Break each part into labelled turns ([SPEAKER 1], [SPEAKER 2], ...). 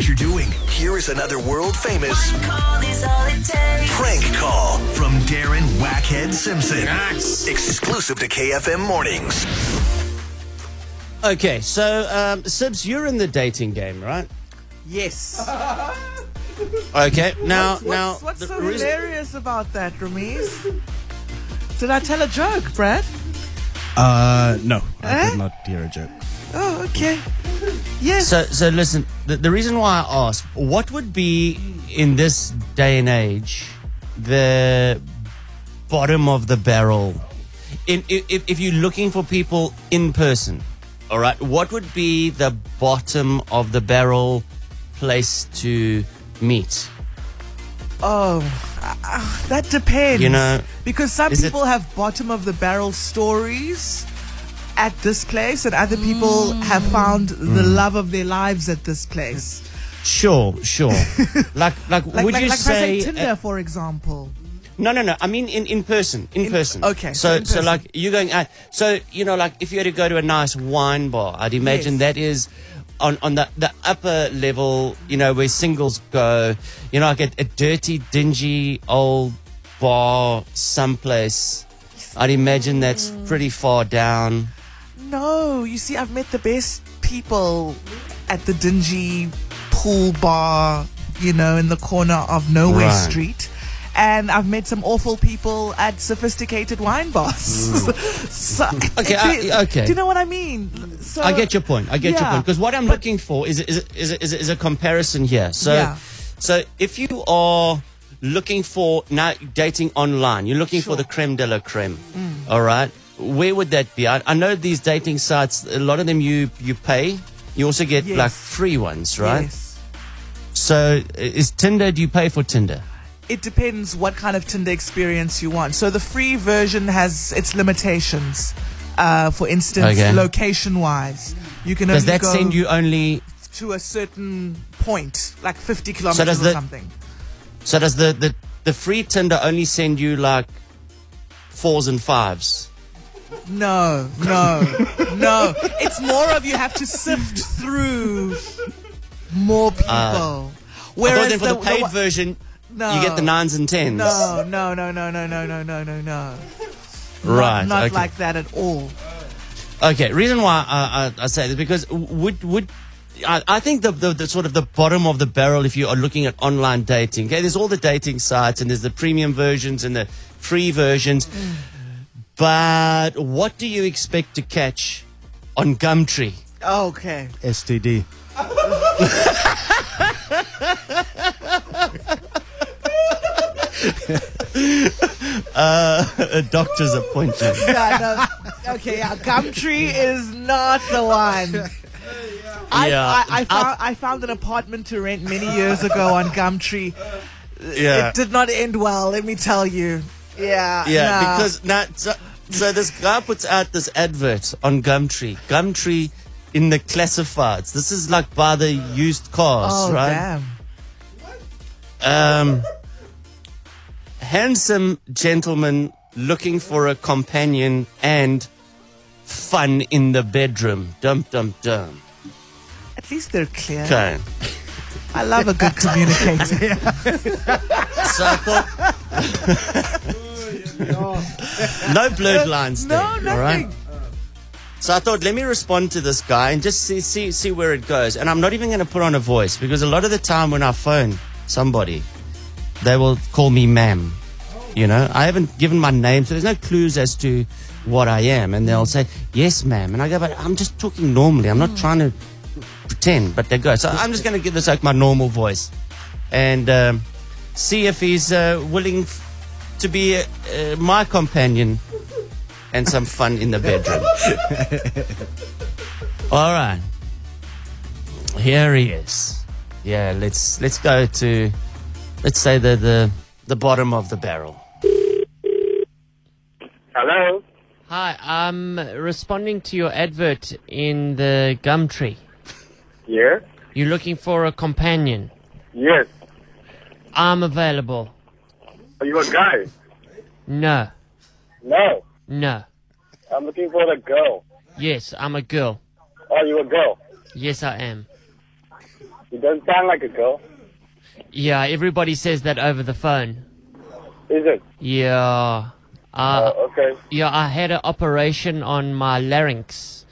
[SPEAKER 1] you're doing. Here is another world famous
[SPEAKER 2] One call is all it takes.
[SPEAKER 1] prank call from Darren Wackhead Simpson.
[SPEAKER 3] Nice.
[SPEAKER 1] Exclusive to KFM Mornings.
[SPEAKER 4] Okay, so um, Sibs, you're in the dating game, right?
[SPEAKER 5] Yes.
[SPEAKER 4] Okay, now,
[SPEAKER 5] What's,
[SPEAKER 4] Uh, now,
[SPEAKER 5] what's
[SPEAKER 4] the
[SPEAKER 5] so
[SPEAKER 4] reason-
[SPEAKER 5] hilarious about that, Ramiz? Did I tell a joke, Brad?
[SPEAKER 3] Uh, no, I
[SPEAKER 5] Eh?
[SPEAKER 3] did not hear a joke.
[SPEAKER 5] Oh, okay. Yes.
[SPEAKER 4] so, so listen. The, the reason why I ask, what would be in this day and age the bottom of the barrel? In, i- if, if you're looking for people in person, all right, what would be the bottom of the barrel place to meet?
[SPEAKER 5] oh, ah, ah, that depends.
[SPEAKER 4] You know,
[SPEAKER 5] because some
[SPEAKER 4] is it-
[SPEAKER 5] people have bottom of the barrel stories at this place, and other people
[SPEAKER 4] Mm.
[SPEAKER 5] have found the love of their lives at this place.
[SPEAKER 4] Sure, sure. like, like,
[SPEAKER 5] Like,
[SPEAKER 4] would
[SPEAKER 5] like,
[SPEAKER 4] you
[SPEAKER 5] like if I
[SPEAKER 4] say, uh,
[SPEAKER 5] Tinder, for example?
[SPEAKER 4] No, no, no. I mean in, in person. In, person.
[SPEAKER 5] okay, so
[SPEAKER 4] So
[SPEAKER 5] in
[SPEAKER 4] so
[SPEAKER 5] person.
[SPEAKER 4] like you're going out. So you know, like if you had to go to a nice wine bar, I'd imagine
[SPEAKER 5] Yes.
[SPEAKER 4] that is. On, on the, the upper level, you know, where singles go, you know, like a, a dirty, dingy old bar someplace. I'd imagine that's
[SPEAKER 5] Mm.
[SPEAKER 4] pretty far down.
[SPEAKER 5] No, you see, I've met the best people at the dingy pool bar, you know, in the corner of Nowhere
[SPEAKER 4] Right.
[SPEAKER 5] Street. And I've met some awful people at sophisticated wine bars. so,
[SPEAKER 4] Mm. Okay,
[SPEAKER 5] do-
[SPEAKER 4] I- okay.
[SPEAKER 5] Do you know what I mean? So,
[SPEAKER 4] I get your point. I get your
[SPEAKER 5] yeah.
[SPEAKER 4] point because what I'm looking for is is is is, is a comparison here. So
[SPEAKER 5] Yeah.
[SPEAKER 4] so if you are looking for now dating online, you're looking for the creme de la creme.
[SPEAKER 5] Mm.
[SPEAKER 4] All right, where would that be? I, I know these dating sites. A lot of them you you pay. You also get
[SPEAKER 5] Yes.
[SPEAKER 4] like free ones, right?
[SPEAKER 5] Yes.
[SPEAKER 4] So i- is Tinder? Do you pay for Tinder?
[SPEAKER 5] It depends what kind of Tinder experience you want. So the free version has its limitations. Uh, for instance,
[SPEAKER 4] Okay.
[SPEAKER 5] location-wise, you can
[SPEAKER 4] Does
[SPEAKER 5] only
[SPEAKER 4] that
[SPEAKER 5] go
[SPEAKER 4] send you only?
[SPEAKER 5] to a certain point, like 50 kilometers
[SPEAKER 4] does
[SPEAKER 5] or
[SPEAKER 4] the-
[SPEAKER 5] something.
[SPEAKER 4] So does the the the free Tinder only send you like fours and fives?
[SPEAKER 5] No, no, no. It's more of you have to sift through
[SPEAKER 4] Uh,
[SPEAKER 5] more people.
[SPEAKER 4] Although then for the,
[SPEAKER 5] the
[SPEAKER 4] paid
[SPEAKER 5] one-
[SPEAKER 4] version,
[SPEAKER 5] No.
[SPEAKER 4] you get the nines and tens.
[SPEAKER 5] No, no, no, no, no, no, no, no, no, no.
[SPEAKER 4] Right.
[SPEAKER 5] Not
[SPEAKER 4] okay.
[SPEAKER 5] like that at all.
[SPEAKER 4] Okay. Reason why I, I, I say this because would would. I I think the, the, the sort of the bottom of the barrel, if you are looking at online dating, okay, there's all the dating sites and there's the premium versions and the free versions.
[SPEAKER 5] Mm.
[SPEAKER 4] But what do you expect to catch on Gumtree?
[SPEAKER 5] Okay.
[SPEAKER 3] STD.
[SPEAKER 4] Uh, A doctor's appointment.
[SPEAKER 5] Yeah, no. Okay, yeah. Gumtree is not the one. I,
[SPEAKER 4] Yeah.
[SPEAKER 5] I, I, found, I found an apartment to rent many years ago on Gumtree.
[SPEAKER 4] Yeah.
[SPEAKER 5] It did not end well, let me tell you. Yeah.
[SPEAKER 4] Yeah,
[SPEAKER 5] nah.
[SPEAKER 4] because now, so, so this guy puts out this advert on Gumtree. Gumtree in the classifieds. This is like by the used cars,
[SPEAKER 5] Oh,
[SPEAKER 4] right?
[SPEAKER 5] damn.
[SPEAKER 4] Um, handsome gentleman looking for a companion and fun in the bedroom. Dum dum dum.
[SPEAKER 5] At least they're clear.
[SPEAKER 4] Okay.
[SPEAKER 5] I love a good communicator.
[SPEAKER 4] So I thought. no blurred lines
[SPEAKER 5] no,
[SPEAKER 4] there.
[SPEAKER 5] nothing.
[SPEAKER 4] all right? So I thought, let me respond to this guy and just see see, see where it goes. And I'm not even going to put on a voice because a lot of the time when I phone somebody, they will call me ma'am. You know, I haven't given my name, so there's no clues as to what I am. And they'll say, yes, ma'am. And I go, but I'm just talking normally. I'm not trying to pretend, but they go. So I'm just going to give this like my normal voice and um, see if he's uh, willing f- to be uh, uh, my companion and some fun in the bedroom. All right. Here he is. Yeah, let's let's go to let's say the the, the bottom of the barrel.
[SPEAKER 6] Hello.
[SPEAKER 7] Hi, I'm responding to your advert in the Gumtree.
[SPEAKER 6] Yes.
[SPEAKER 7] You're looking for a companion.
[SPEAKER 6] Yes.
[SPEAKER 7] I'm available.
[SPEAKER 6] Are you a guy?
[SPEAKER 7] No,
[SPEAKER 6] No.
[SPEAKER 7] no.
[SPEAKER 6] I'm looking for a girl. Oh,
[SPEAKER 7] Yes, I'm a girl.
[SPEAKER 6] Are you a girl?
[SPEAKER 7] Yes, I am.
[SPEAKER 6] It doesn't sound like a girl.
[SPEAKER 7] Yeah, everybody says that over the phone.
[SPEAKER 6] Is it?
[SPEAKER 7] Yeah. Uh,
[SPEAKER 6] Oh, okay.
[SPEAKER 7] yeah, I had an operation on my larynx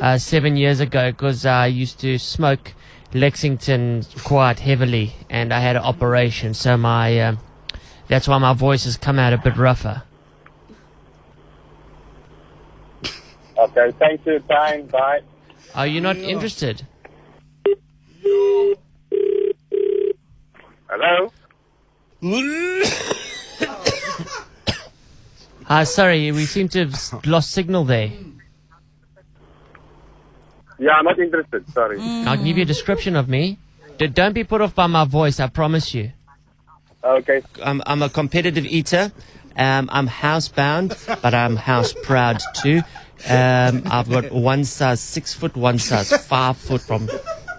[SPEAKER 7] uh, seven years ago because I used to smoke Lexington quite heavily, and I had an operation, so my um that's why my voice has come out a bit rougher.
[SPEAKER 6] Okay. Thanks for your time. Bye.
[SPEAKER 7] Are you not interested?
[SPEAKER 6] Hello.
[SPEAKER 7] Uh, sorry, we seem to have s- lost signal there.
[SPEAKER 6] Yeah, I'm not interested. Sorry.
[SPEAKER 7] I'll give you a description of me. D- don't be put off by my voice, I promise you.
[SPEAKER 6] Okay.
[SPEAKER 4] I'm, I'm a competitive eater. Um, I'm housebound, but I'm house proud too. Um, I've got one size six foot, one size five foot from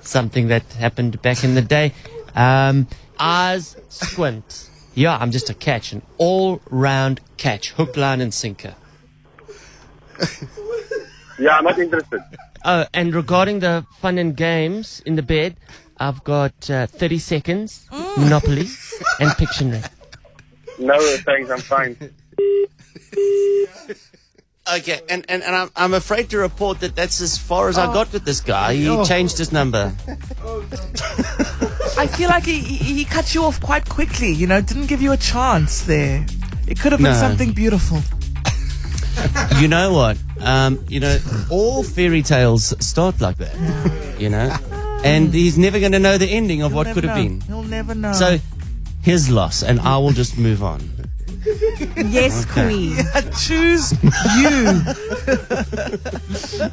[SPEAKER 4] something that happened back in the day. Um, eyes squint. Yeah, I'm just a catch, an all round catch, hook, line, and sinker.
[SPEAKER 6] Yeah, I'm not interested.
[SPEAKER 7] Oh, and regarding the fun and games in the bed, I've got uh, 30 seconds, Monopoly, and Pictionary.
[SPEAKER 6] No, thanks. I'm fine.
[SPEAKER 4] Okay, and, and, and I'm, I'm afraid to report that that's as far as
[SPEAKER 5] Oh.
[SPEAKER 4] I got with this guy. He changed his number.
[SPEAKER 5] I feel like he, he, he cut you off quite quickly, you know, didn't give you a chance there. It could have been
[SPEAKER 4] No.
[SPEAKER 5] something beautiful.
[SPEAKER 4] You know what? Um, you know, all fairy tales start like that. You know, and he's never going to know the ending of what
[SPEAKER 5] Never
[SPEAKER 4] could have
[SPEAKER 5] know. Oh.
[SPEAKER 4] been.
[SPEAKER 5] He'll never know.
[SPEAKER 4] So, his loss, and I will just move on.
[SPEAKER 8] Yes, Queen.
[SPEAKER 5] choose you.